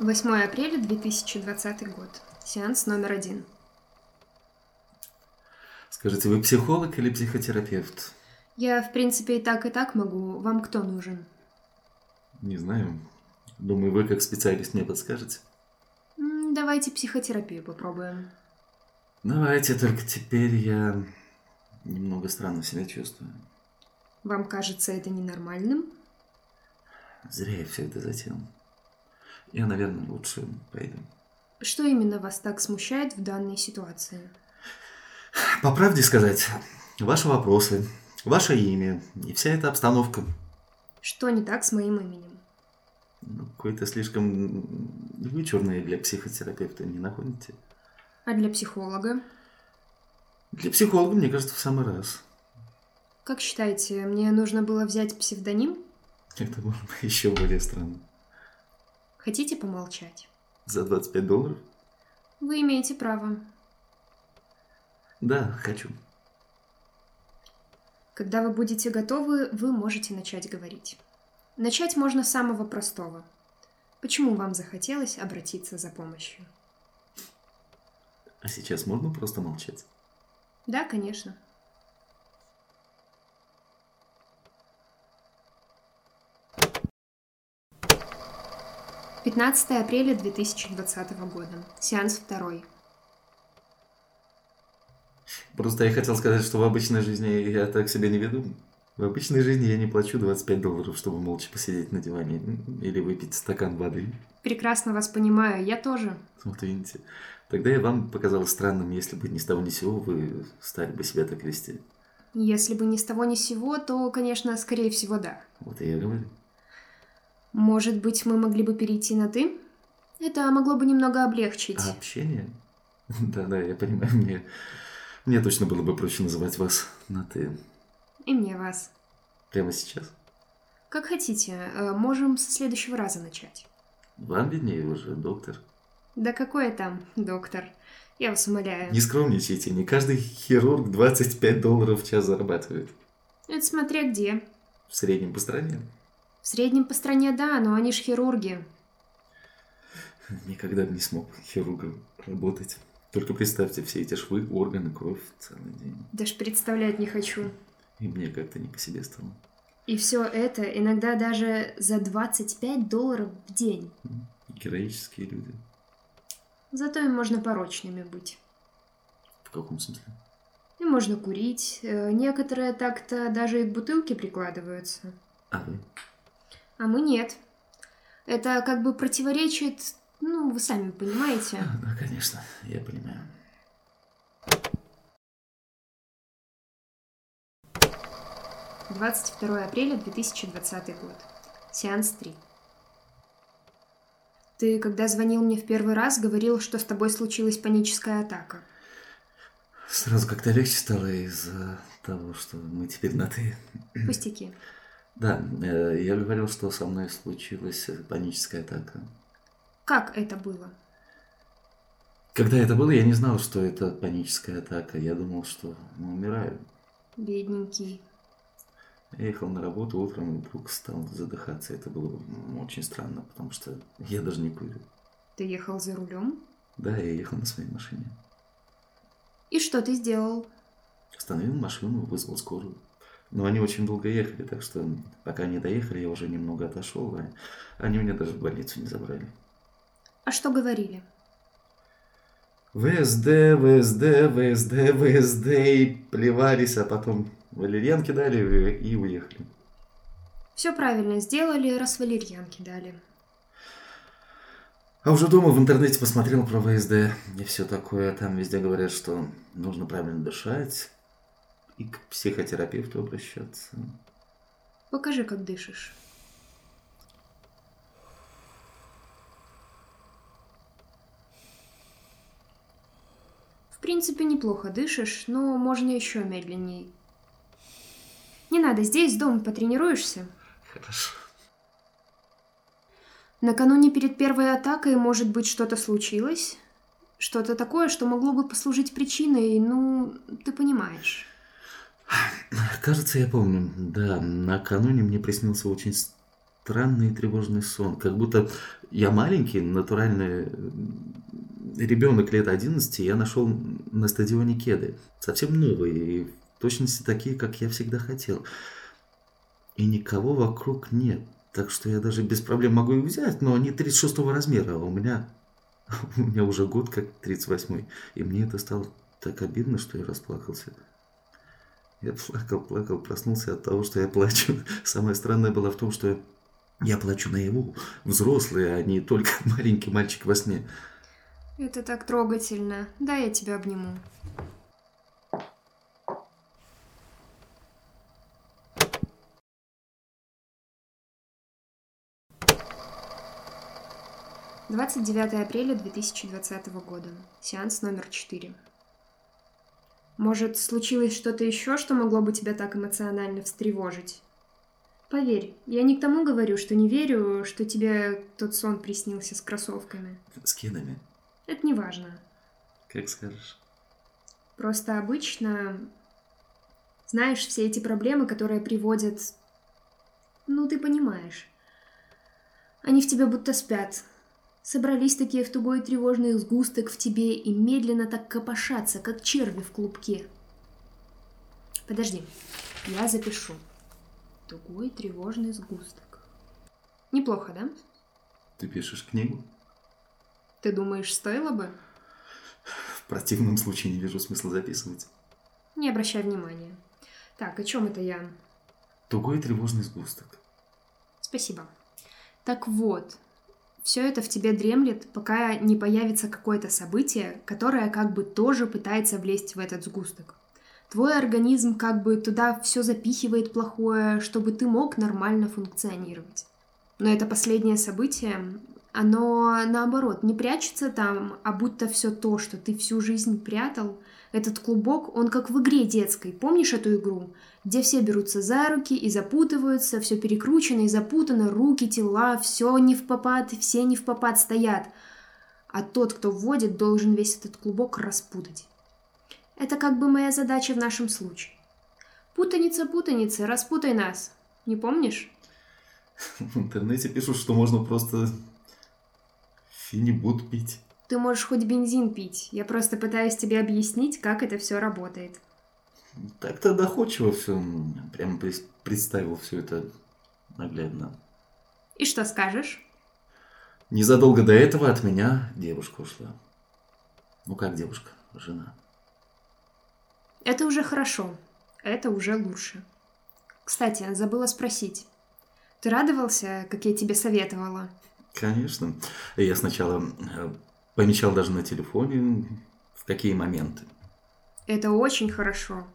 8 апреля 2020 год. Сеанс номер один. Скажите, вы психолог или психотерапевт? Я, в принципе, и так, и так могу. Вам кто нужен? Не знаю. Думаю, вы как специалист мне подскажете. М, Давайте психотерапию попробуем. Давайте, только теперь я немного странно себя чувствую. Вам кажется это ненормальным? Зря я все это затеял. Я, наверное, лучше пойду. Что именно вас так смущает в данной ситуации? По правде сказать, ваши вопросы, ваше имя и вся эта обстановка Что не так с моим именем? ну, какое-то слишком м, вычурное для психотерапевта, не находите? А для психолога? Для психолога, мне кажется, в самый раз. Как считаете, мне нужно было взять псевдоним? Это было бы еще более странно. Хотите помолчать? За 25 долларов? Вы имеете право. Да, хочу. Когда вы будете готовы, вы можете начать говорить. Начать можно с самого простого. Почему вам захотелось обратиться за помощью? А сейчас можно просто молчать? Да, конечно. Пятнадцатое апреля 2020 года. Сеанс второй. Просто я хотел сказать, что в обычной жизни я так себя не веду. В обычной жизни я не плачу 25 долларов, чтобы молча посидеть на диване м, или выпить стакан воды. Прекрасно вас понимаю, я тоже. Вот видите. Тогда и вам показалось странным, если бы ни с того ни с сего вы стали бы себя так вести. Если бы ни с того ни с сего, то, конечно, скорее всего, да. Вот и я говорю. А Может быть, мы могли бы перейти на «ты»? Это могло бы немного облегчить. А общение? Да-да, я понимаю, мне... Мне точно было бы проще называть вас на «ты» И мне вас. прямо сейчас. Как хотите, э, можем со следующего раза начать. Вам виднее уже, доктор. Да какое там, доктор? Я вас умоляю. Не скромничайте, не каждый хирург 25 долларов в час зарабатывает. Это смотря где. В среднем по стране. В среднем по стране, да, но они ж хирурги. Никогда бы не смог хирургом работать. Только представьте, все эти швы, органы, кровь целый день. Даже представлять не хочу. И мне как-то не по себе стало. И все это иногда даже за 25 долларов в день. Героические люди. Зато им можно порочными быть. В каком смысле? И можно курить. Э, Некоторые так-то даже и к бутылке прикладываются. А вы? А мы нет. Это как бы противоречит, ну, вы сами понимаете. А, Да, конечно, я понимаю. 22 апреля 2020 год. Сеанс 3. Ты, когда звонил мне в первый раз, говорил, что с тобой случилась паническая атака. Сразу как-то легче стало из-за того, что мы теперь на «ты». Пустяки. Да, э, я говорил, что со мной случилась э, паническая атака. Как это было? Когда это было, я не знал, что это паническая атака. Я думал, что ну, умираю. Бедненький. Я ехал на работу утром и вдруг стал задыхаться. Это было м, очень странно, потому что я даже не курю. Ты ехал за рулем? Да, я ехал на своей машине. И что ты сделал? Остановил машину, вызвал скорую. Но они очень долго ехали, так что пока они доехали, я уже немного отошел, а они меня даже в больницу не забрали. А что говорили? ВСД, ВСД, ВСД, ВСД, и плевались, а потом валерьянки дали и уехали. Все правильно сделали, раз валерьянки дали. А уже дома в интернете посмотрел про ВСД и все такое. Там везде говорят, что нужно правильно дышать и к психотерапевту обращаться. Покажи, как дышишь. В принципе, неплохо дышишь, но можно еще медленней. Не надо, здесь дома потренируешься. Хорошо. Накануне перед первой атакой, может быть, что-то случилось? Что-то такое, что могло бы послужить причиной, ну, ты понимаешь. Кажется, я помню. Да, накануне мне приснился очень с- странный и тревожный сон. Как будто я маленький, натуральный ребенок лет 11, и я нашел на стадионе кеды. Совсем новые, и в точности такие, как я всегда хотел. И никого вокруг нет. Так что я даже без проблем могу их взять, но они 36 размера, а у меня... У меня уже год как 38 и мне это стало так обидно, что я расплакался. Я плакал, плакал, проснулся от того, что я плачу. Самое странное было в том, что я плачу наяву. Взрослые, а не только маленький мальчик во сне. Это так трогательно. Да, я тебя обниму. Двадцать девятое апреля две тысячи двадцатого года. Сеанс номер четыре. Может, случилось что-то еще, что могло бы тебя так эмоционально встревожить? Поверь, я не к тому говорю, что не верю, что тебе тот сон приснился с кроссовками. С кинами. Это не важно. Как скажешь. Просто обычно, знаешь, все эти проблемы, которые приводят... Ну, ты понимаешь. Они в тебе будто спят, Собрались такие в тугой тревожный сгусток в тебе и медленно так копошатся, как черви в клубке. Подожди, я запишу. Тугой тревожный сгусток. Неплохо, да? Ты пишешь книгу? Ты думаешь, стоило бы? В противном случае не вижу смысла записывать. Не обращай внимания. Так, о чем это я? Тугой тревожный сгусток. Спасибо. Так вот, все это в тебе дремлет, пока не появится какое-то событие, которое как бы тоже пытается влезть в этот сгусток. Твой организм как бы туда все запихивает плохое, чтобы ты мог нормально функционировать. Но это последнее событие, оно наоборот не прячется там, а будто все то, что ты всю жизнь прятал, этот клубок, он как в игре детской. Помнишь эту игру? Где все берутся за руки и запутываются, все перекручено и запутано, руки, тела, все не в попад, все не в попад стоят. А тот, кто вводит, должен весь этот клубок распутать. Это как бы моя задача в нашем случае. Путаница, путаница, распутай нас. Не помнишь? В интернете пишут, что можно просто финибут пить. Ты можешь хоть бензин пить. Я просто пытаюсь тебе объяснить, как это все работает. Так-то доходчиво все. Прям прис- представил все это наглядно. И что скажешь? Незадолго до этого от меня девушка ушла. Ну как девушка? Жена. Это уже хорошо. Это уже лучше. Кстати, забыла спросить. Ты радовался, как я тебе советовала? Конечно. Я сначала э, помечал даже на телефоне, в какие моменты. Это очень хорошо.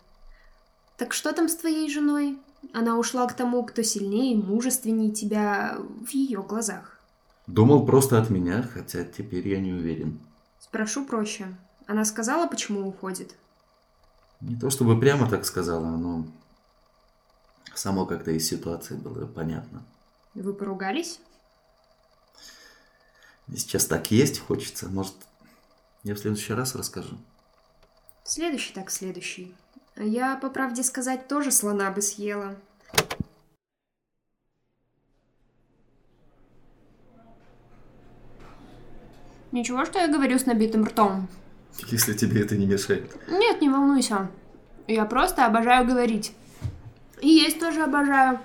Так что там с твоей женой? Она ушла к тому, кто сильнее и мужественнее тебя в ее глазах. Думал просто от меня, хотя теперь я не уверен. Спрошу проще. Она сказала, почему уходит? Не то чтобы прямо так сказала, но само как-то из ситуации было понятно. Вы поругались? Сейчас так есть хочется. Может, я в следующий раз расскажу? Следующий так следующий. Я, по правде сказать, тоже слона бы съела. Ничего, что я говорю с набитым ртом. Если тебе это не мешает. Нет, не волнуйся. Я просто обожаю говорить. И есть тоже обожаю.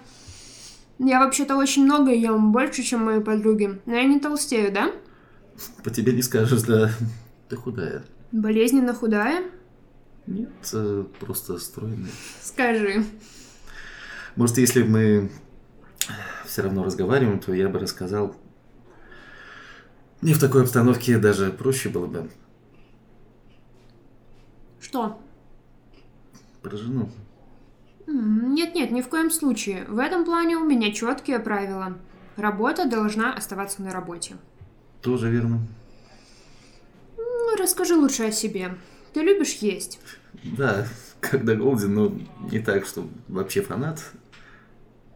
Я вообще-то очень много ем, больше, чем мои подруги. Но я не толстею, да? По тебе не скажешь, да. Ты худая. Болезненно худая? Нет, э, просто стройная. Скажи. Может, если б мы все равно разговариваем, то я бы рассказал. Мне в такой обстановке даже проще было бы. Что? Про жену. М, Нет-нет, ни в коем случае. В этом плане у меня четкие правила. Работа должна оставаться на работе. Тоже верно. Ну, расскажи лучше о себе. Ты любишь есть? Да, когда Голдин, ну, не так, что вообще фанат.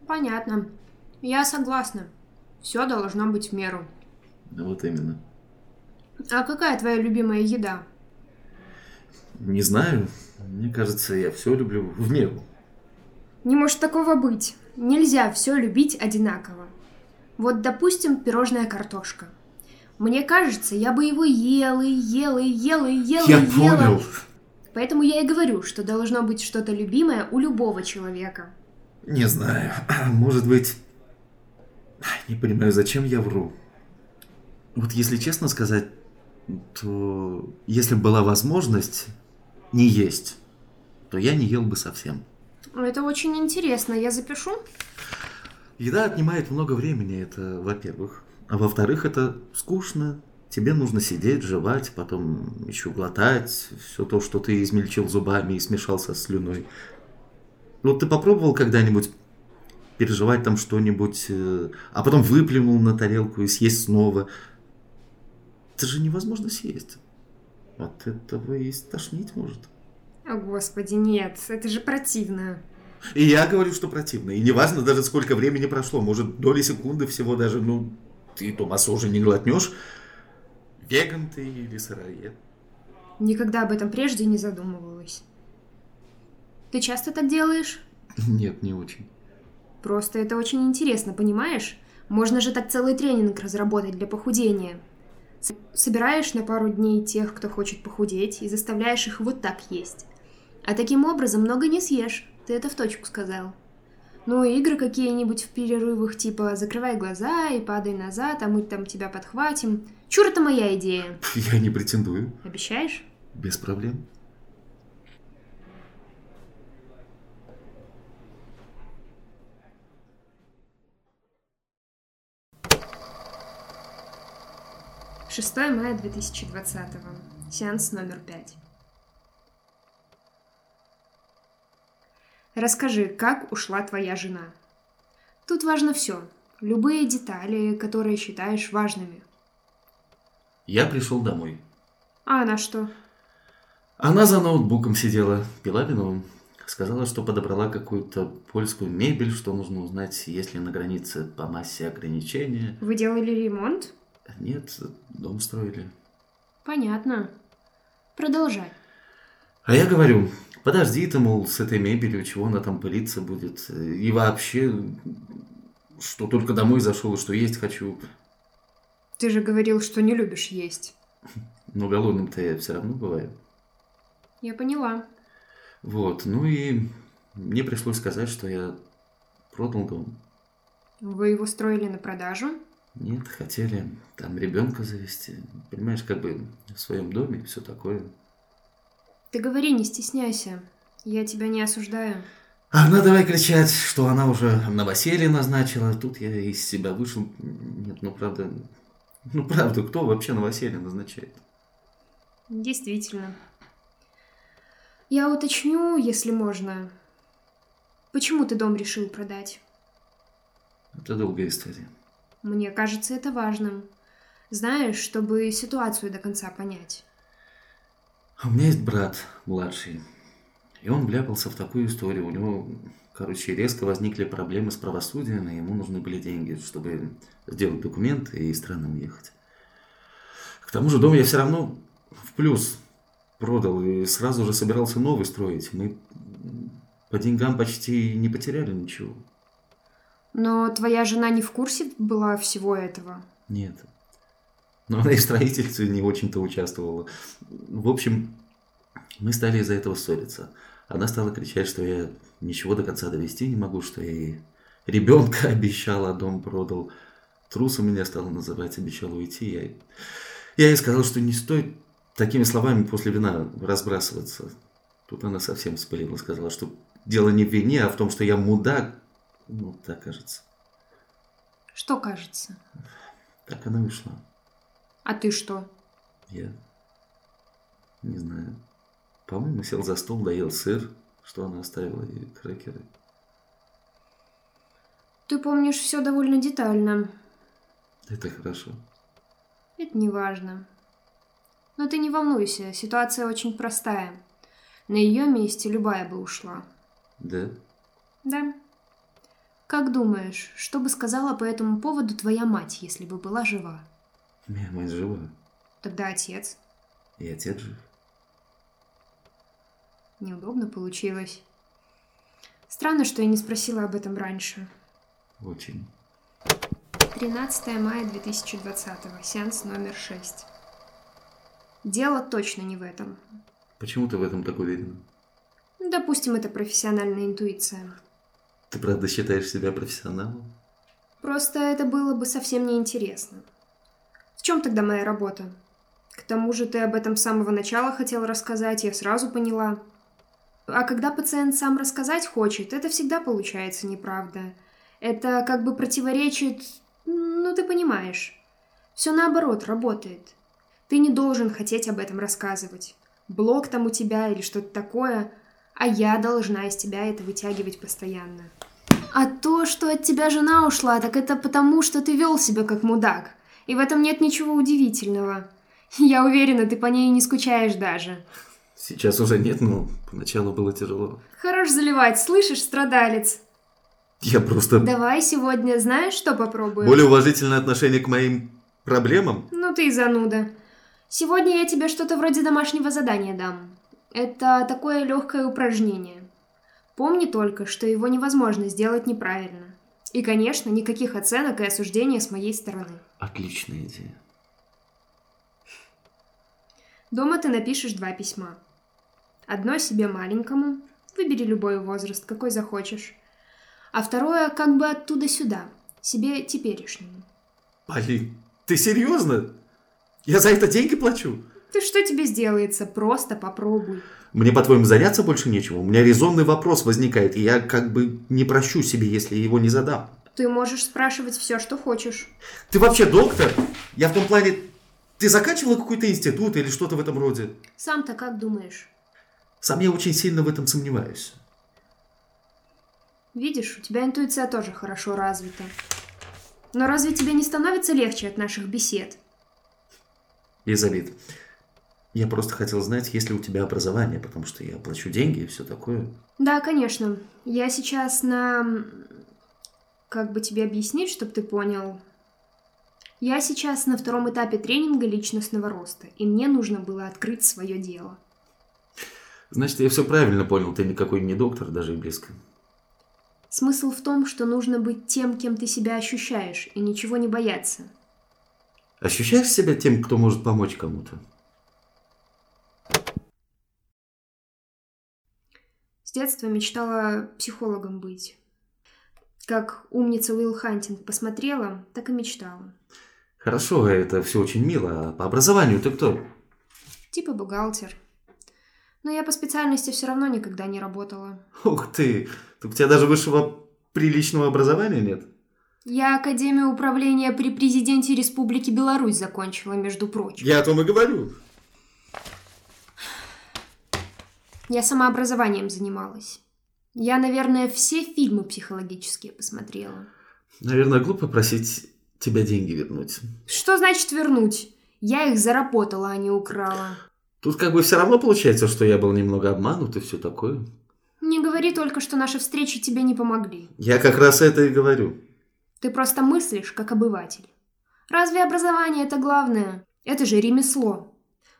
Понятно. Я согласна. Все должно быть в меру. Вот именно. А какая твоя любимая еда? Не знаю. Мне кажется, я все люблю в меру. Не может такого быть. Нельзя все любить одинаково. Вот, допустим, пирожная картошка. Мне кажется, я бы его ела и ела и ела и ела Я и ела. понял. Поэтому я и говорю, что должно быть что-то любимое у любого человека. Не знаю. Может быть... Не понимаю, зачем я вру. Вот если честно сказать, то если бы была возможность не есть, то я не ел бы совсем. Ну, Это очень интересно, я запишу. Еда отнимает много времени, это во-первых. А во-вторых, это скучно. Тебе нужно сидеть, жевать, потом еще глотать все то, что ты измельчил зубами и смешался с слюной. Вот ты попробовал когда-нибудь переживать там что-нибудь, э, а потом выплюнул на тарелку и съесть снова? Это же невозможно съесть. От этого и стошнить может. О, господи, нет, это же противно. И я говорю, что противно. И неважно даже сколько времени прошло, может доли секунды всего даже, ну, ты то массу уже не глотнешь. Веган ты или сыроед? Никогда об этом прежде не задумывалась. Ты часто так делаешь? Нет, не очень. Просто это очень интересно, понимаешь? Можно же так целый тренинг разработать для похудения. С- Собираешь на пару дней тех, кто хочет похудеть, и заставляешь их вот так есть. А таким образом много не съешь, ты это в точку сказал. Ну и игры какие-нибудь в перерывах, типа «закрывай глаза и падай назад, а мы там тебя подхватим». Чур, это моя идея. Я не претендую. Обещаешь? Без проблем. Шестое мая 2020 Сеанс номер пять. Расскажи, как ушла твоя жена? Тут важно все. Любые детали, которые считаешь важными. Я пришел домой. А она что? Она за ноутбуком сидела, пила вино. Сказала, что подобрала какую-то польскую мебель, что нужно узнать, есть ли на границе по массе ограничения. Вы делали ремонт? Нет, дом строили. Понятно. Продолжай. А я говорю, подожди ты, мол, с этой мебелью, чего она там пылиться будет. И вообще, что только домой зашел, и что есть хочу. Ты же говорил, что не любишь есть. Но голодным-то я все равно бываю. Я поняла. Вот, ну и мне пришлось сказать, что я продал дом. Вы его строили на продажу? Нет, хотели там ребенка завести. Понимаешь, как бы в своем доме все такое. Ты говори, не стесняйся. Я тебя не осуждаю. А она давай кричать, что она уже новоселье назначила. Тут я из себя вышел. Нет, ну правда, ну правда, кто вообще новоселье назначает? Действительно. Я уточню, если можно. Почему ты дом решил продать? Это долгая история. Мне кажется, это важным. Знаешь, чтобы ситуацию до конца понять. А У меня есть брат младший, и он вляпался в такую историю. У него, короче, резко возникли проблемы с правосудием, и ему нужны были деньги, чтобы сделать документы и из страны уехать. К тому же дом я все равно в плюс продал и сразу же собирался новый строить. Мы по деньгам почти не потеряли ничего. Но твоя жена не в курсе была всего этого. Нет. Но она и в строительстве не очень-то участвовала. В общем, мы стали из-за этого ссориться. Она стала кричать, что я ничего до конца довести не могу, что я ей ребенка обещал, а дом продал. Трусом меня стала называть, обещал уйти. Я, ей- я ей сказал, что не стоит такими словами после вина разбрасываться. Тут она совсем вспылила, сказала, что дело не в вине, а в том, что я мудак. Ну, так кажется. Что кажется? Так она ушла. А ты что? Я не знаю. По-моему, сел за стол, доел сыр, что она оставила, и крекеры. Ты помнишь все довольно детально. Это хорошо. Это не важно. Но ты не волнуйся, ситуация очень простая. На ее месте любая бы ушла. Да? Да. Как думаешь, что бы сказала по этому поводу твоя мать, если бы была жива? Моя мать жива. Тогда отец. И отец жив. Неудобно получилось. Странно, что я не спросила об этом раньше. Очень. 13 мая 2020, сеанс номер 6. Дело точно не в этом. Почему ты в этом так уверена? Допустим, это профессиональная интуиция. Ты правда считаешь себя профессионалом? Просто это было бы совсем неинтересно. В чем тогда моя работа? К тому же ты об этом с самого начала хотел рассказать, я сразу поняла. А когда пациент сам рассказать хочет, это всегда получается неправда. Это как бы противоречит... Ну, ты понимаешь. Все наоборот работает. Ты не должен хотеть об этом рассказывать. Блок там у тебя или что-то такое, а я должна из тебя это вытягивать постоянно. А то, что от тебя жена ушла, так это потому, что ты вел себя как мудак. И в этом нет ничего удивительного. Я уверена, ты по ней не скучаешь даже. Сейчас уже нет, но поначалу было тяжело. Хорош заливать, слышишь, страдалец? Я просто... Давай сегодня, знаешь, что попробуем? Более уважительное отношение к моим проблемам? Ну ты и зануда. Сегодня я тебе что-то вроде домашнего задания дам. Это такое легкое упражнение. Помни только, что его невозможно сделать неправильно. И, конечно, никаких оценок и осуждения с моей стороны. Отличная идея. Дома ты напишешь два письма. Одно себе маленькому, выбери любой возраст, какой захочешь. А второе как бы оттуда сюда, себе теперешнему. Блин, ты серьезно? Я за это деньги плачу? Ты что тебе сделается? Просто попробуй. Мне, по-твоему, заняться больше нечего? У меня резонный вопрос возникает, и я как бы не прощу себе, если его не задам. Ты можешь спрашивать все, что хочешь. Ты вообще доктор? Я в том плане... Ты заканчивала какой-то институт или что-то в этом роде? Сам-то как думаешь? Сам я очень сильно в этом сомневаюсь. Видишь, у тебя интуиция тоже хорошо развита. Но разве тебе не становится легче от наших бесед? Без обид. Я просто хотел знать, есть ли у тебя образование, потому что я плачу деньги и все такое. Да, конечно. Я сейчас на... Как бы тебе объяснить, чтобы ты понял? Я сейчас на втором этапе тренинга личностного роста, и мне нужно было открыть свое дело. Значит, я все правильно понял, ты никакой не доктор, даже и близко. Смысл в том, что нужно быть тем, кем ты себя ощущаешь, и ничего не бояться. Ощущаешь себя тем, кто может помочь кому-то? С детства мечтала психологом быть. Как умница Уилл Хантинг посмотрела, так и мечтала. Хорошо, это все очень мило. А по образованию ты кто? Типа бухгалтер. Но я по специальности все равно никогда не работала. Ух ты! Так у тебя даже высшего приличного образования нет? Я Академию управления при президенте Республики Беларусь закончила, между прочим. Я о том и говорю. Я самообразованием занималась. Я, наверное, все фильмы психологические посмотрела. Наверное, глупо просить тебя деньги вернуть. Что значит вернуть? Я их заработала, а не украла. Тут как бы все равно получается, что я был немного обманут и все такое. Не говори только, что наши встречи тебе не помогли. Я как раз это и говорю. Ты просто мыслишь, как обыватель. Разве образование это главное? Это же ремесло.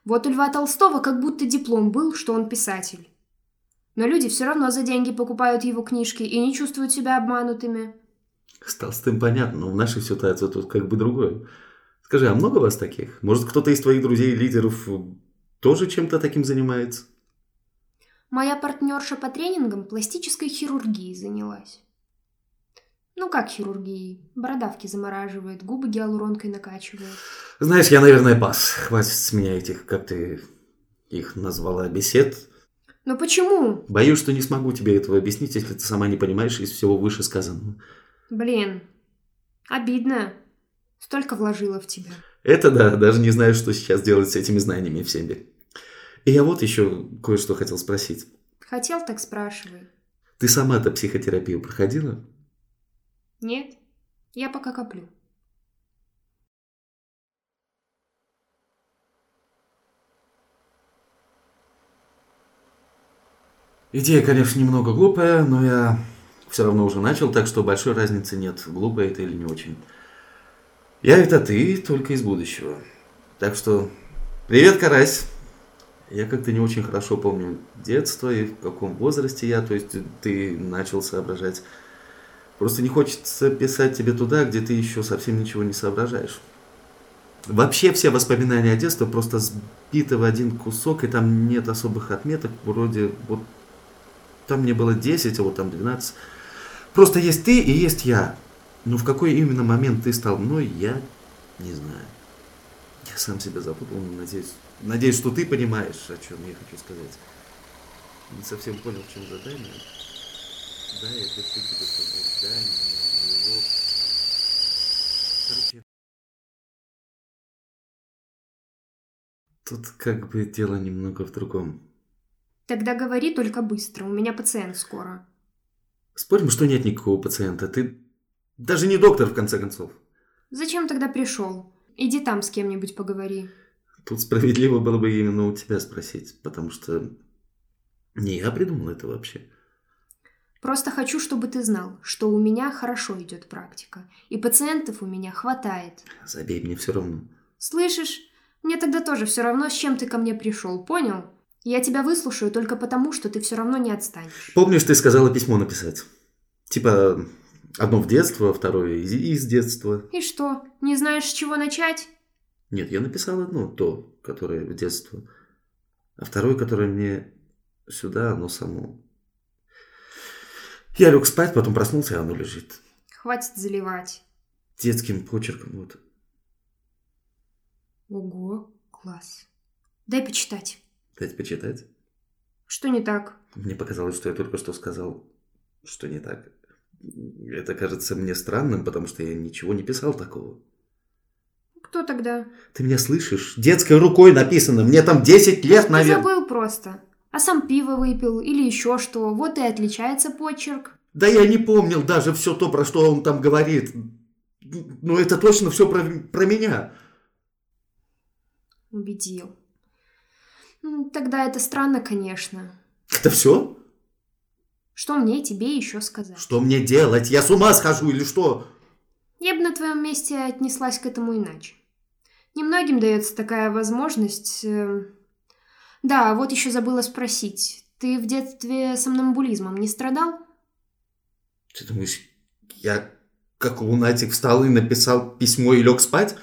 Вот у Льва Толстого как будто диплом был, что он писатель. Но люди все равно за деньги покупают его книжки и не чувствуют себя обманутыми. С Толстым понятно, но в нашей ситуации тут как бы другое. Скажи, а много вас таких? Может, кто-то из твоих друзей-лидеров тоже чем-то таким занимается? Моя партнерша по тренингам пластической хирургией занялась. Ну как хирургией? Бородавки замораживает, губы гиалуронкой накачивает. Знаешь, я, наверное, пас. Хватит с меня этих, как ты их назвала, бесед. Но Ну почему? Боюсь, что не смогу тебе этого объяснить, если ты сама не понимаешь из всего вышесказанного. Блин, обидно. Столько вложила в тебя. Это да, даже не знаю, что сейчас делать с этими знаниями в себе. И я вот еще кое-что хотел спросить. Хотел, так спрашивай. Ты сама-то психотерапию проходила? Нет, я пока коплю. Идея, конечно, немного глупая, но я все равно уже начал, так что большой разницы нет, глупая это или не очень. Я это ты, только из будущего. Так что, привет, Карась! Я как-то не очень хорошо помню детство и в каком возрасте я, то есть ты начал соображать. Просто не хочется писать тебе туда, где ты еще совсем ничего не соображаешь. Вообще все воспоминания о детстве просто сбиты в один кусок, и там нет особых отметок, вроде вот там мне было 10, а вот там 12. Просто есть ты и есть я. Но в какой именно момент ты стал мной, я не знаю. Я сам себя запутал, но надеюсь, надеюсь, что ты понимаешь, о чем я хочу сказать. Не совсем понял, в чем задание. Да, я пишу тебе что задание, но его... Короче... Тут как бы дело немного в другом. Тогда говори только быстро, у меня пациент скоро. Спорим, что нет никакого пациента. Ты даже не доктор, в конце концов. Зачем тогда пришел? Иди там с кем-нибудь поговори. Тут справедливо было бы именно у тебя спросить, потому что не я придумал это вообще. Просто хочу, чтобы ты знал, что у меня хорошо идет практика, и пациентов у меня хватает. Забей мне все равно. Слышишь? Мне тогда тоже все равно, с чем ты ко мне пришел, понял? Я тебя выслушаю только потому, что ты все равно не отстанешь. Помнишь, ты сказала письмо написать? Типа, одно в детство, второе из, из детства. И что, не знаешь, с чего начать? Нет, я написал одно, то, которое в детство. А второе, которое мне сюда, оно само. Я лег спать, потом проснулся, и оно лежит. Хватит заливать. Детским почерком вот. Ого, класс. Дай почитать. Дайте почитать. Что не так? Мне показалось, что я только что сказал, что не так. Это кажется мне странным, потому что я ничего не писал такого. Кто тогда? Ты меня слышишь? Детской рукой написано. Мне там 10 лет, Ты наверное. забыл просто. А сам пиво выпил или еще что. Вот и отличается почерк. Да я не помнил даже все то, про что он там говорит. Но это точно все про, про меня. Убедил. М, Тогда это странно, конечно. Это все? Что мне тебе еще сказать? Что мне делать? Я с ума схожу или что? Я бы на твоем месте отнеслась к этому иначе. Немногим дается такая возможность. эм. Да, вот еще забыла спросить. Ты в детстве сомнамбулизмом не страдал? Ты думаешь, я как лунатик встал и написал письмо и лег спать?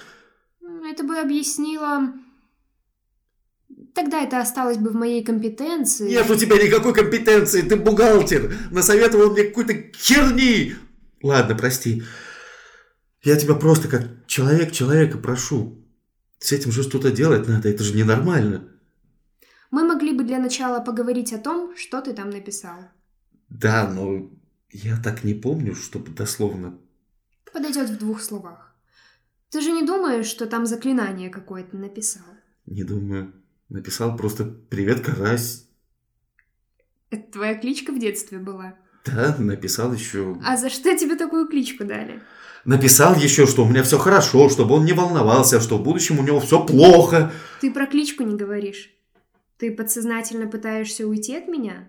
М, Это бы объяснило... Тогда это осталось бы в моей компетенции. Нет у тебя никакой компетенции, ты бухгалтер. Насоветовал мне какой-то херни. Ладно, прости. Я тебя просто как человек человека прошу. С этим же что-то делать надо, это же ненормально. Мы могли бы для начала поговорить о том, что ты там написал. Да, но я так не помню, чтобы дословно... Подойдет в двух словах. Ты же не думаешь, что там заклинание какое-то написал? Не думаю. Написал просто «Привет, карась». Это твоя кличка в детстве была. Да, написал еще... А за что тебе такую кличку дали? Написал еще, что у меня все хорошо, чтобы он не волновался, что в будущем у него все плохо. Ты про кличку не говоришь. Ты подсознательно пытаешься уйти от меня?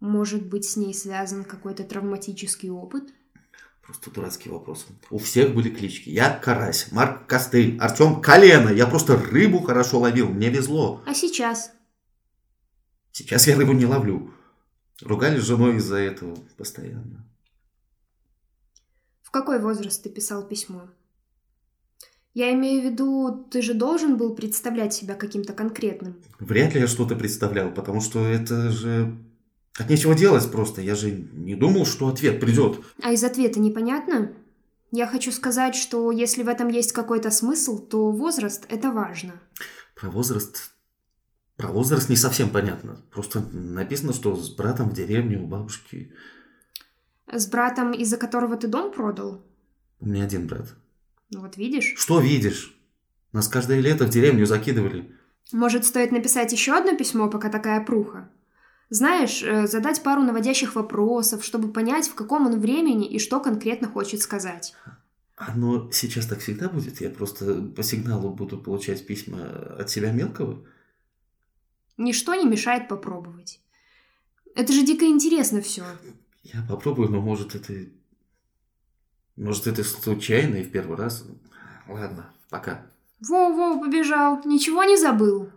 Может быть, с ней связан какой-то травматический опыт? Просто дурацкий вопрос. У всех были клички. Я Карась, Марк Костыль, Артем Колено. Я просто рыбу хорошо ловил, мне везло. А сейчас? Сейчас я рыбу не ловлю. Ругали с женой из-за этого постоянно. В какой возраст ты писал письмо? Я имею в виду, ты же должен был представлять себя каким-то конкретным. Вряд ли я что-то представлял, потому что это же... От нечего делать просто. Я же не думал, что ответ придет. А из ответа непонятно? Я хочу сказать, что если в этом есть какой-то смысл, то возраст — это важно. Про возраст... Про возраст не совсем понятно. Просто написано, что с братом в деревне у бабушки. С братом, из-за которого ты дом продал? У меня один брат. Ну Вот видишь. Что видишь? Нас каждое лето в деревню закидывали. Может, стоит написать еще одно письмо, пока такая пруха? Знаешь, э, задать пару наводящих вопросов, чтобы понять, в каком он времени и что конкретно хочет сказать. Оно сейчас так всегда будет? Я просто по сигналу буду получать письма от себя мелкого? Ничто не мешает попробовать. Это же дико интересно все. Я попробую, но может это... Может это случайно и в первый раз? Ладно, пока. Воу-воу, побежал. Ничего не забыл.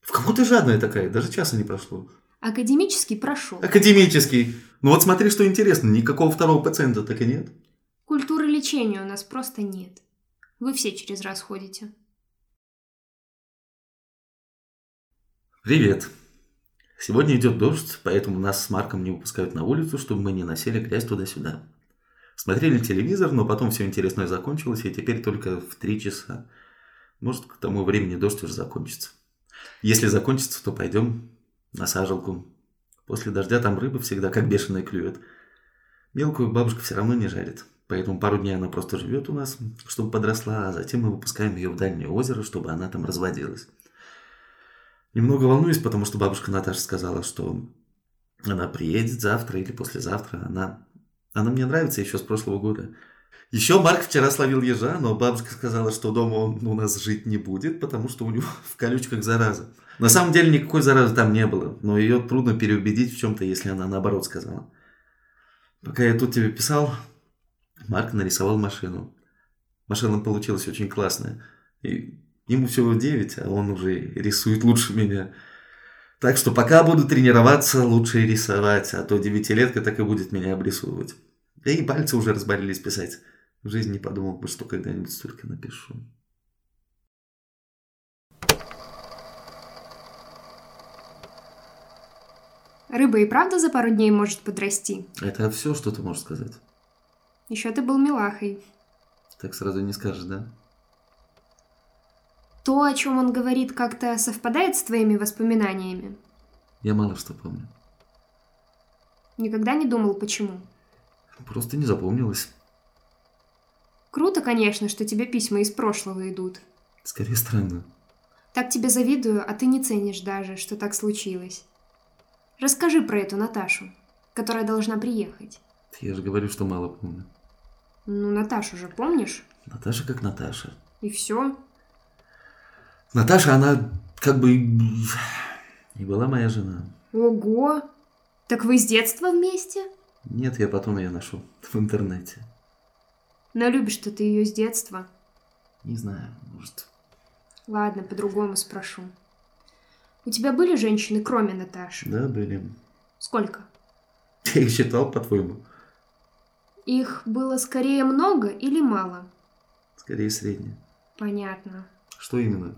В кого ты жадная такая? Даже часа не прошло. Академический прошел. Академический. Ну вот смотри, что интересно, никакого второго пациента так и нет. Культуры лечения у нас просто нет. Вы все через раз ходите. Привет. Сегодня идет дождь, поэтому нас с Марком не выпускают на улицу, чтобы мы не носили грязь туда-сюда. Смотрели телевизор, но потом все интересное закончилось, и теперь только в три часа. Может, к тому времени дождь уже закончится. Если закончится, то пойдем на сажалку. После дождя там рыбы всегда как бешеные клюют. Мелкую бабушка все равно не жарит. Поэтому пару дней она просто живет у нас, чтобы подросла, а затем мы выпускаем ее в дальнее озеро, чтобы она там разводилась. Немного волнуюсь, потому что бабушка Наташа сказала, что она приедет завтра или послезавтра. Она, она мне нравится еще с прошлого года. Еще Марк вчера словил ежа, но бабушка сказала, что дома он у нас жить не будет, потому что у него в колючках зараза. На самом деле никакой заразы там не было, но ее трудно переубедить в чем-то, если она наоборот сказала. Пока я тут тебе писал, Марк нарисовал машину. Машина получилась очень классная. И ему всего 9, а он уже рисует лучше меня. Так что пока буду тренироваться, лучше и рисовать, а то девятилетка так и будет меня обрисовывать. Да и пальцы уже разболелись писать. В жизни не подумал бы, что когда-нибудь столько напишу. Рыба и правда за пару дней может подрасти. Это все, что ты можешь сказать? Еще ты был милахой. Так сразу не скажешь, да? То, о чем он говорит, как-то совпадает с твоими воспоминаниями? Я мало что помню. Никогда не думал, почему? Просто не запомнилось. Круто, конечно, что тебе письма из прошлого идут. Скорее странно. Так тебе завидую, а ты не ценишь даже, что так случилось. Расскажи про эту Наташу, которая должна приехать. Я же говорю, что мало помню. Ну, Наташу же помнишь? Наташа как Наташа. И все. Наташа, она как бы и была моя жена. Ого! Так вы с детства вместе? Нет, я потом ее нашел в интернете. Но любишь-то ты ее с детства. Не знаю, может. Ладно, по-другому спрошу. У тебя были женщины, кроме Наташи? Да, были. Сколько? Я их считал, по-твоему? Их было скорее много или мало? Скорее среднее. Понятно. Что именно?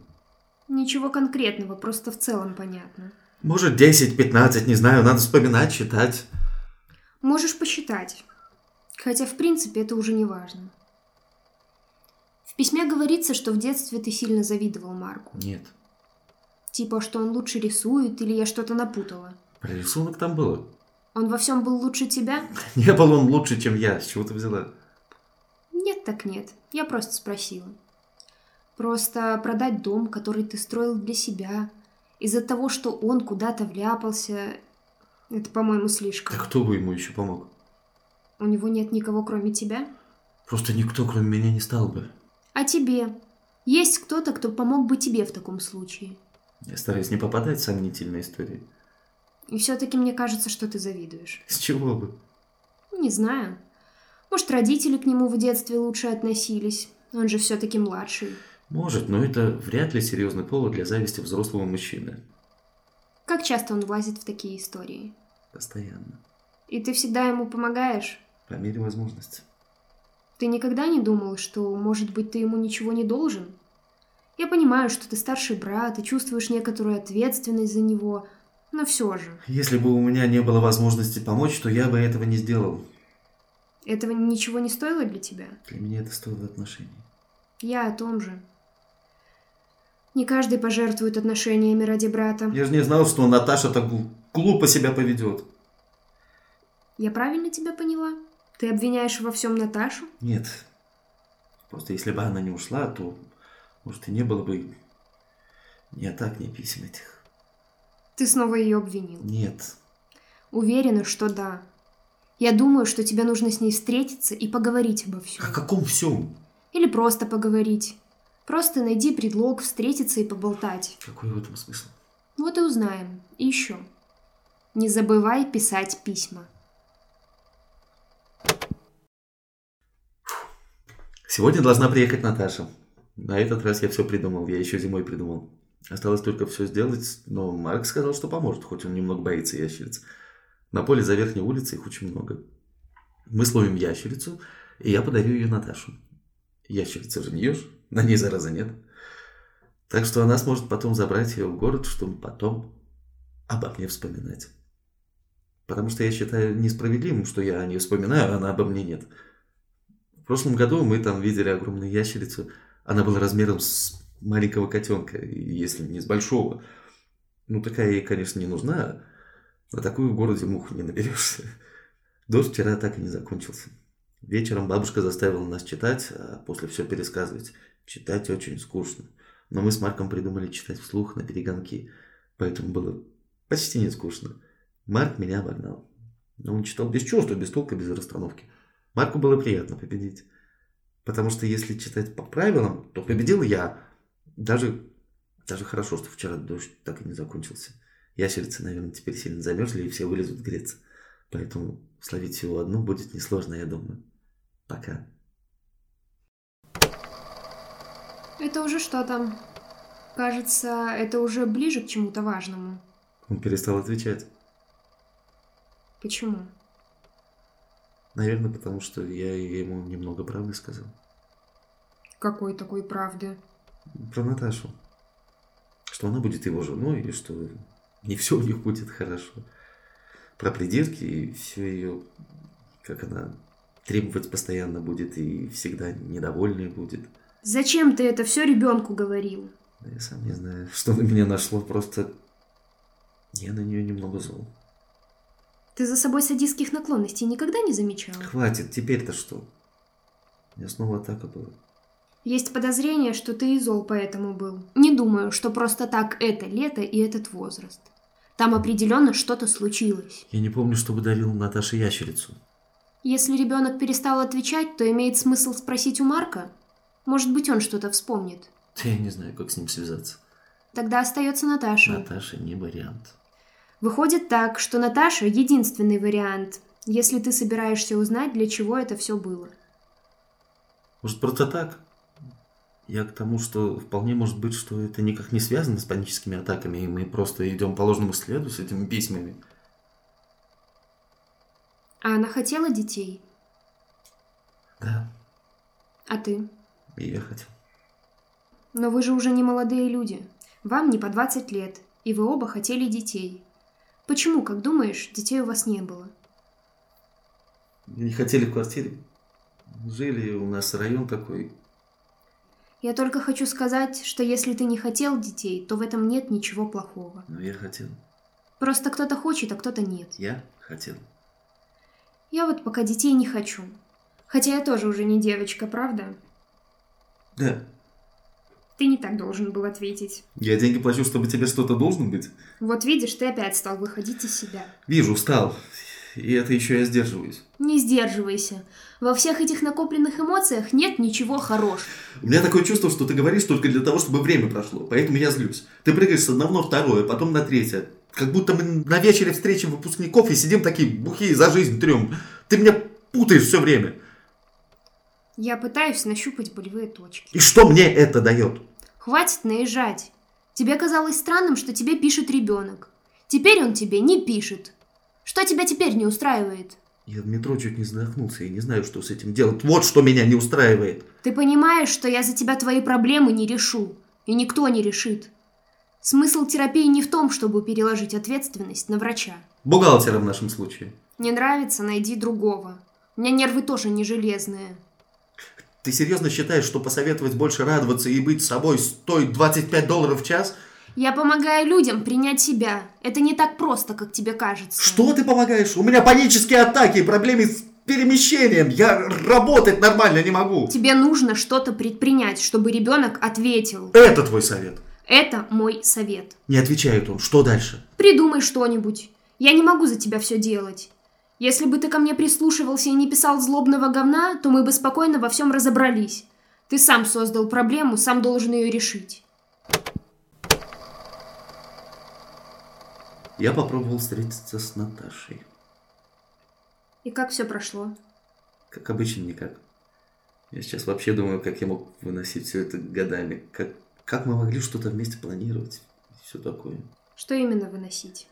Ничего конкретного, просто в целом понятно. Может, 10-15, не знаю, надо вспоминать, считать. Можешь посчитать. Хотя, в принципе, это уже не важно. В письме говорится, что в детстве ты сильно завидовал Марку. Нет. Типа, что он лучше рисует, или я что-то напутала. Про рисунок там было. Он во всем был лучше тебя? Не был он лучше, чем я. С чего ты взяла? Нет, так нет. Я просто спросила. Просто продать дом, который ты строил для себя, из-за того, что он куда-то вляпался, это, по-моему, слишком. Так кто бы ему еще помог? У него нет никого, кроме тебя? Просто никто, кроме меня, не стал бы. А тебе? Есть кто-то, кто помог бы тебе в таком случае? Я стараюсь не попадать в сомнительные истории. И все-таки мне кажется, что ты завидуешь. С чего бы? Не знаю. Может, родители к нему в детстве лучше относились. Он же все-таки младший. Может, но это вряд ли серьезный повод для зависти взрослого мужчины. Как часто он влазит в такие истории? Постоянно. И ты всегда ему помогаешь? По мере возможности. Ты никогда не думал, что, может быть, ты ему ничего не должен? Я понимаю, что ты старший брат и чувствуешь некоторую ответственность за него, но все же. Если бы у меня не было возможности помочь, то я бы этого не сделал. Этого ничего не стоило для тебя? Для меня это стоило отношений. Я о том же. Не каждый пожертвует отношениями ради брата. Я же не знал, что Наташа так глупо себя поведет. Я правильно тебя поняла? Ты обвиняешь во всем Наташу? Нет. Просто если бы она не ушла, то, может, и не было бы ни атак, ни писем этих. Ты снова ее обвинил? Нет. Уверена, что да. Я думаю, что тебе нужно с ней встретиться и поговорить обо всем. О каком всем? Или просто поговорить. Просто найди предлог встретиться и поболтать. Какой в этом смысл? Вот и узнаем. И еще. Не забывай писать письма. Сегодня должна приехать Наташа. На этот раз я все придумал, я еще зимой придумал. Осталось только все сделать, но Марк сказал, что поможет, хоть он немного боится ящериц. На поле за верхней улицей их очень много. Мы словим ящерицу, и я подарю ее Наташу. Ящерица же не ешь, на ней зараза нет. Так что она сможет потом забрать ее в город, чтобы потом обо мне вспоминать. Потому что я считаю несправедливым, что я о ней вспоминаю, а она обо мне нет. В прошлом году мы там видели огромную ящерицу. Она была размером с маленького котенка, если не с большого. Ну, такая ей, конечно, не нужна. На такую в городе муху не наберешься. Дождь вчера так и не закончился. Вечером бабушка заставила нас читать, а после все пересказывать. Читать очень скучно. Но мы с Марком придумали читать вслух на перегонки, поэтому было почти не скучно. Марк меня обогнал. Но он читал без чувства, без толка, без расстановки. Марку было приятно победить. Потому что если читать по правилам, то победил я. Даже, даже хорошо, что вчера дождь так и не закончился. Ящерицы, наверное, теперь сильно замерзли, и все вылезут греться. Поэтому словить всего одну будет несложно, я думаю. Пока. Это уже что-то. Кажется, это уже ближе к чему-то важному. Он перестал отвечать. Почему? Наверное, потому что я ему немного правды сказал. Какой такой правды? Про Наташу. Что она будет его женой, и что не все у них будет хорошо. Про придирки и все ее, как она требовать постоянно будет и всегда недовольной будет. Зачем ты это все ребенку говорил? Да я сам не знаю, что на меня нашло, просто я на нее немного зол. Ты за собой садистских наклонностей никогда не замечала? Хватит, теперь-то что? У меня снова атака была. Есть подозрение, что ты и зол поэтому был. Не думаю, что просто так это лето и этот возраст. Там определенно что-то случилось. Я не помню, чтобы дарил Наташе ящерицу. Если ребенок перестал отвечать, то имеет смысл спросить у Марка? Может быть, он что-то вспомнит. Да я не знаю, как с ним связаться. Тогда остается Наташа. Наташа не вариант. Выходит так, что Наташа – единственный вариант, если ты собираешься узнать, для чего это все было. Может, просто так? Я к тому, что вполне может быть, что это никак не связано с паническими атаками, и мы просто идем по ложному следу с этими письмами. А она хотела детей? Да, А ты? и я хотел. Но вы же уже не молодые люди. Вам не по 20 лет, и вы оба хотели детей. Почему, как думаешь, детей у вас не было? Не хотели в квартире. Жили, у нас район такой. Я только хочу сказать, что если ты не хотел детей, то в этом нет ничего плохого. Но я хотел. Просто кто-то хочет, а кто-то нет. Я хотел. Я вот пока детей не хочу. Хотя я тоже уже не девочка, правда? Да. Ты не так должен был ответить. Я деньги плачу, чтобы тебе что-то должно быть. Вот видишь, ты опять стал выходить из себя. Вижу, устал. И это еще я сдерживаюсь. Не сдерживайся. Во всех этих накопленных эмоциях нет ничего хорошего. У меня такое чувство, что ты говоришь только для того, чтобы время прошло. Поэтому я злюсь. Ты прыгаешь с одного на второе, потом на третье. Как будто мы на вечере встречи выпускников и сидим такие бухие за жизнь трем. Ты меня путаешь все время. Я пытаюсь нащупать болевые точки. И что мне это дает? Хватит наезжать. Тебе казалось странным, что тебе пишет ребенок. Теперь он тебе не пишет. Что тебя теперь не устраивает? Я в метро чуть не задохнулся и не знаю, что с этим делать. Вот что меня не устраивает. Ты понимаешь, что я за тебя твои проблемы не решу. И никто не решит. Смысл терапии не в том, чтобы переложить ответственность на врача. Бухгалтера в нашем случае. Не нравится, найди другого. У меня нервы тоже не железные. Ты серьезно считаешь, что посоветовать больше радоваться и быть собой стоит 25 долларов в час? Я помогаю людям принять себя. Это не так просто, как тебе кажется. Что ты помогаешь? У меня панические атаки и проблемы с перемещением. Я работать нормально не могу. Тебе нужно что-то предпринять, чтобы ребенок ответил. Это твой совет. Это мой совет. Не отвечает он. Что дальше? Придумай что-нибудь. Я не могу за тебя все делать. Если бы ты ко мне прислушивался и не писал злобного говна, то мы бы спокойно во всем разобрались. Ты сам создал проблему, сам должен ее решить. Я попробовал встретиться с Наташей. И как все прошло? Как обычно, никак. Я сейчас вообще думаю, как я мог выносить все это годами. Как, как мы могли что-то вместе планировать. Все такое. Что именно выносить?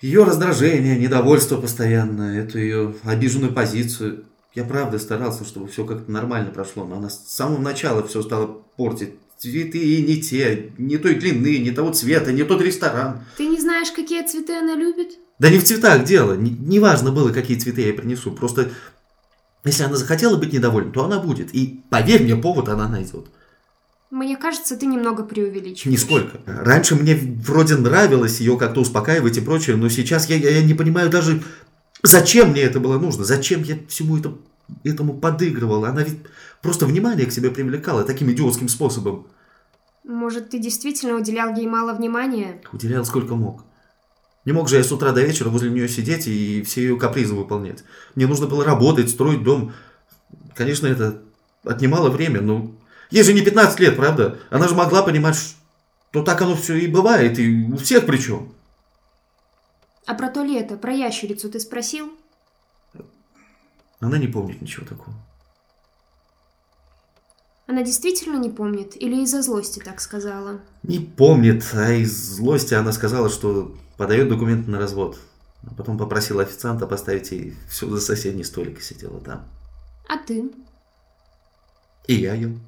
Ее раздражение, недовольство постоянное, эту ее обиженную позицию. Я правда старался, чтобы все как-то нормально прошло, но она с самого начала все стала портить. Цветы не те, не той длины, не того цвета, не тот ресторан. Ты не знаешь, какие цветы она любит? Да не в цветах дело. Не- Неважно было, какие цветы я ей принесу. Просто если она захотела быть недовольна, то она будет. И поверь мне, повод она найдет. Мне кажется, ты немного преувеличиваешь. Нисколько. Раньше мне вроде нравилось ее как-то успокаивать и прочее, но сейчас я, я, я не понимаю даже, зачем мне это было нужно, зачем я всему это, этому подыгрывал. Она ведь просто внимание к себе привлекала таким идиотским способом. Может, ты действительно уделял ей мало внимания? Уделял сколько мог. Не мог же я с утра до вечера возле нее сидеть и все ее капризы выполнять. Мне нужно было работать, строить дом. Конечно, это отнимало время, но ей же не 15 лет, правда? Она же могла понимать, что так оно все и бывает, и у всех причем. А про то лето, про ящерицу ты спросил? Она не помнит ничего такого. Она действительно не помнит? Или из-за злости так сказала? Не помнит, а из злости она сказала, что подает документы на развод. А потом попросила официанта поставить ей все за соседний столик и сидела там. А ты? И я ел.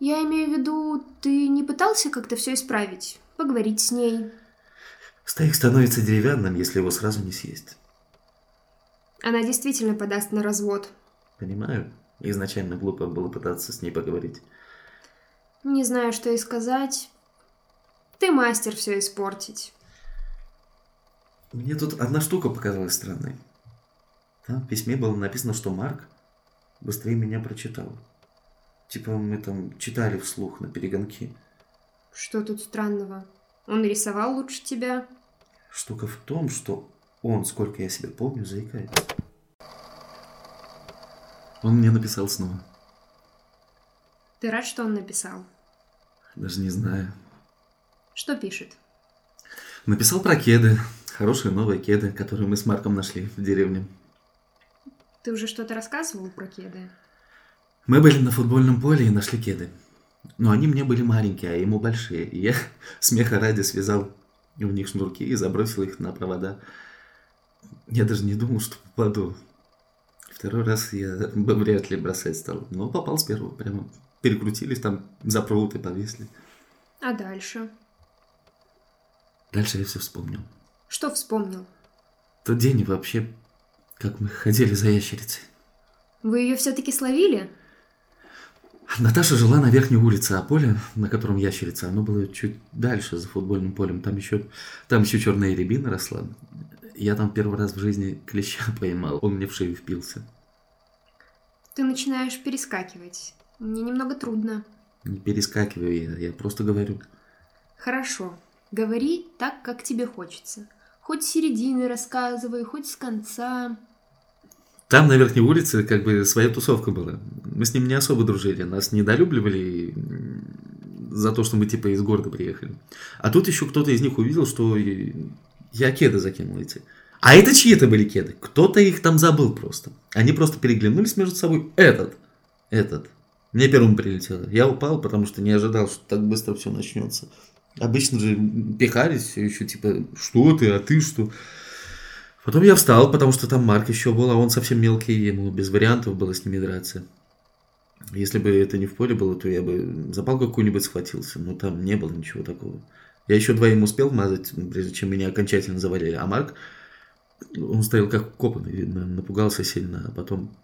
Я имею в виду, ты не пытался как-то все исправить? Поговорить с ней? Стейк становится деревянным, если его сразу не съесть. Она действительно подаст на развод. Понимаю. Изначально глупо было пытаться с ней поговорить. Не знаю, что и сказать. Ты мастер все испортить. Мне тут одна штука показалась странной. Там в письме было написано, что Марк быстрее меня прочитал. Типа мы там читали вслух на перегонке. Что тут странного? Он рисовал лучше тебя. Штука в том, что он, сколько я себя помню, заикается. Он мне написал снова. Ты рад, что он написал? Даже не знаю. Что пишет? Написал про кеды. Хорошие новые кеды, которые мы с Марком нашли в деревне. Ты уже что-то рассказывал про кеды? Мы были на футбольном поле и нашли кеды. Но они мне были маленькие, а ему большие. И я смеха ради связал у них шнурки и забросил их на провода. Я даже не думал, что попаду. Второй раз я бы вряд ли бросать стал. Но попал с первого. Прямо перекрутились там, за провод и повесили. А дальше? Дальше я все вспомнил. Что вспомнил? Тот день и вообще, как мы ходили за ящерицей. Вы ее все-таки словили? Наташа жила на верхней улице, а поле, на котором ящерица, оно было чуть дальше за футбольным полем. Там еще, там еще черная рябина росла. Я там первый раз в жизни клеща поймал. Он мне в шею впился. Ты начинаешь перескакивать. Мне немного трудно. Не перескакиваю я, я просто говорю. Хорошо. Говори так, как тебе хочется. Хоть с середины рассказывай, хоть с конца. Там на верхней улице как бы своя тусовка была. Мы с ним не особо дружили, нас недолюбливали м, за то, что мы типа из города приехали. А тут еще кто-то из них увидел, что и- я кеды закинул эти. А это чьи-то были кеды. Кто-то их там забыл просто. Они просто переглянулись между собой. Этот, этот. Мне первым прилетело. Я упал, потому что не ожидал, что так быстро все начнется. Обычно же м, пихались все еще, типа, что ты, а ты что? Потом я встал, потому что там Марк еще был, а он совсем мелкий, ему без вариантов было с ними драться. Если бы это не в поле было, то я бы за палку какую-нибудь схватился, но там не было ничего такого. Я еще двоим успел мазать, прежде чем меня окончательно завалили, а Марк, он стоял как копанный, видно, напугался сильно, а потом,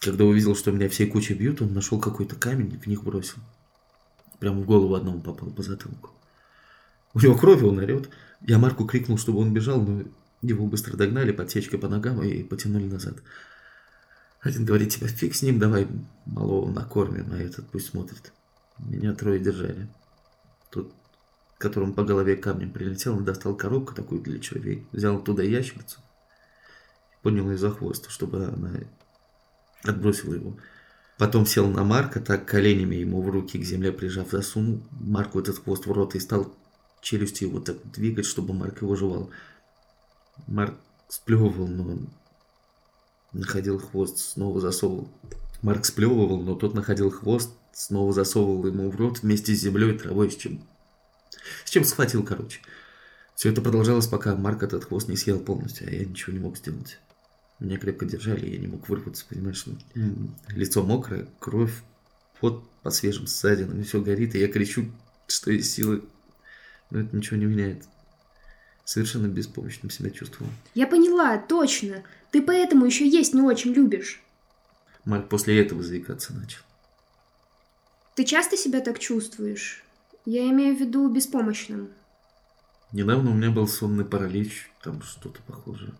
когда увидел, что меня всей кучей бьют, он нашел какой-то камень и в них бросил. Прямо в голову одному попал по затылку. У него кровь, он орет. Я Марку крикнул, чтобы он бежал, но его быстро догнали, подсечкой по ногам и потянули назад. Один говорит, типа, фиг с ним, давай малого накормим, а этот пусть смотрит. Меня трое держали. Тот, которому по голове камнем прилетел, он достал коробку такую для червей, взял туда ящерицу, поднял ее за хвост, чтобы она отбросила его. Потом сел на Марка, так коленями ему в руки к земле прижав, засунул Марку этот хвост в рот и стал челюстью его так двигать, чтобы Марк его жевал. Марк сплевывал, но он находил хвост, снова засовывал. Марк сплевывал, но тот находил хвост, снова засовывал ему в рот вместе с землей, травой, с чем... С чем схватил, короче. Все это продолжалось, пока Марк этот хвост не съел полностью, а я ничего не мог сделать. Меня крепко держали, я не мог вырваться, понимаешь? Ну, Лицо мокрое, кровь, пот по свежим ссадинам, и все горит, и я кричу, что из силы. Но это ничего не меняет. Совершенно беспомощным себя чувствовал. Я поняла, точно. Ты поэтому еще есть не очень любишь. Марк после этого заикаться начал. Ты часто себя так чувствуешь? Я имею в виду беспомощным. Недавно у меня был сонный паралич, там что-то похожее.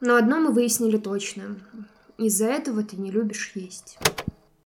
Но одно мы выяснили точно. Из-за этого ты не любишь есть.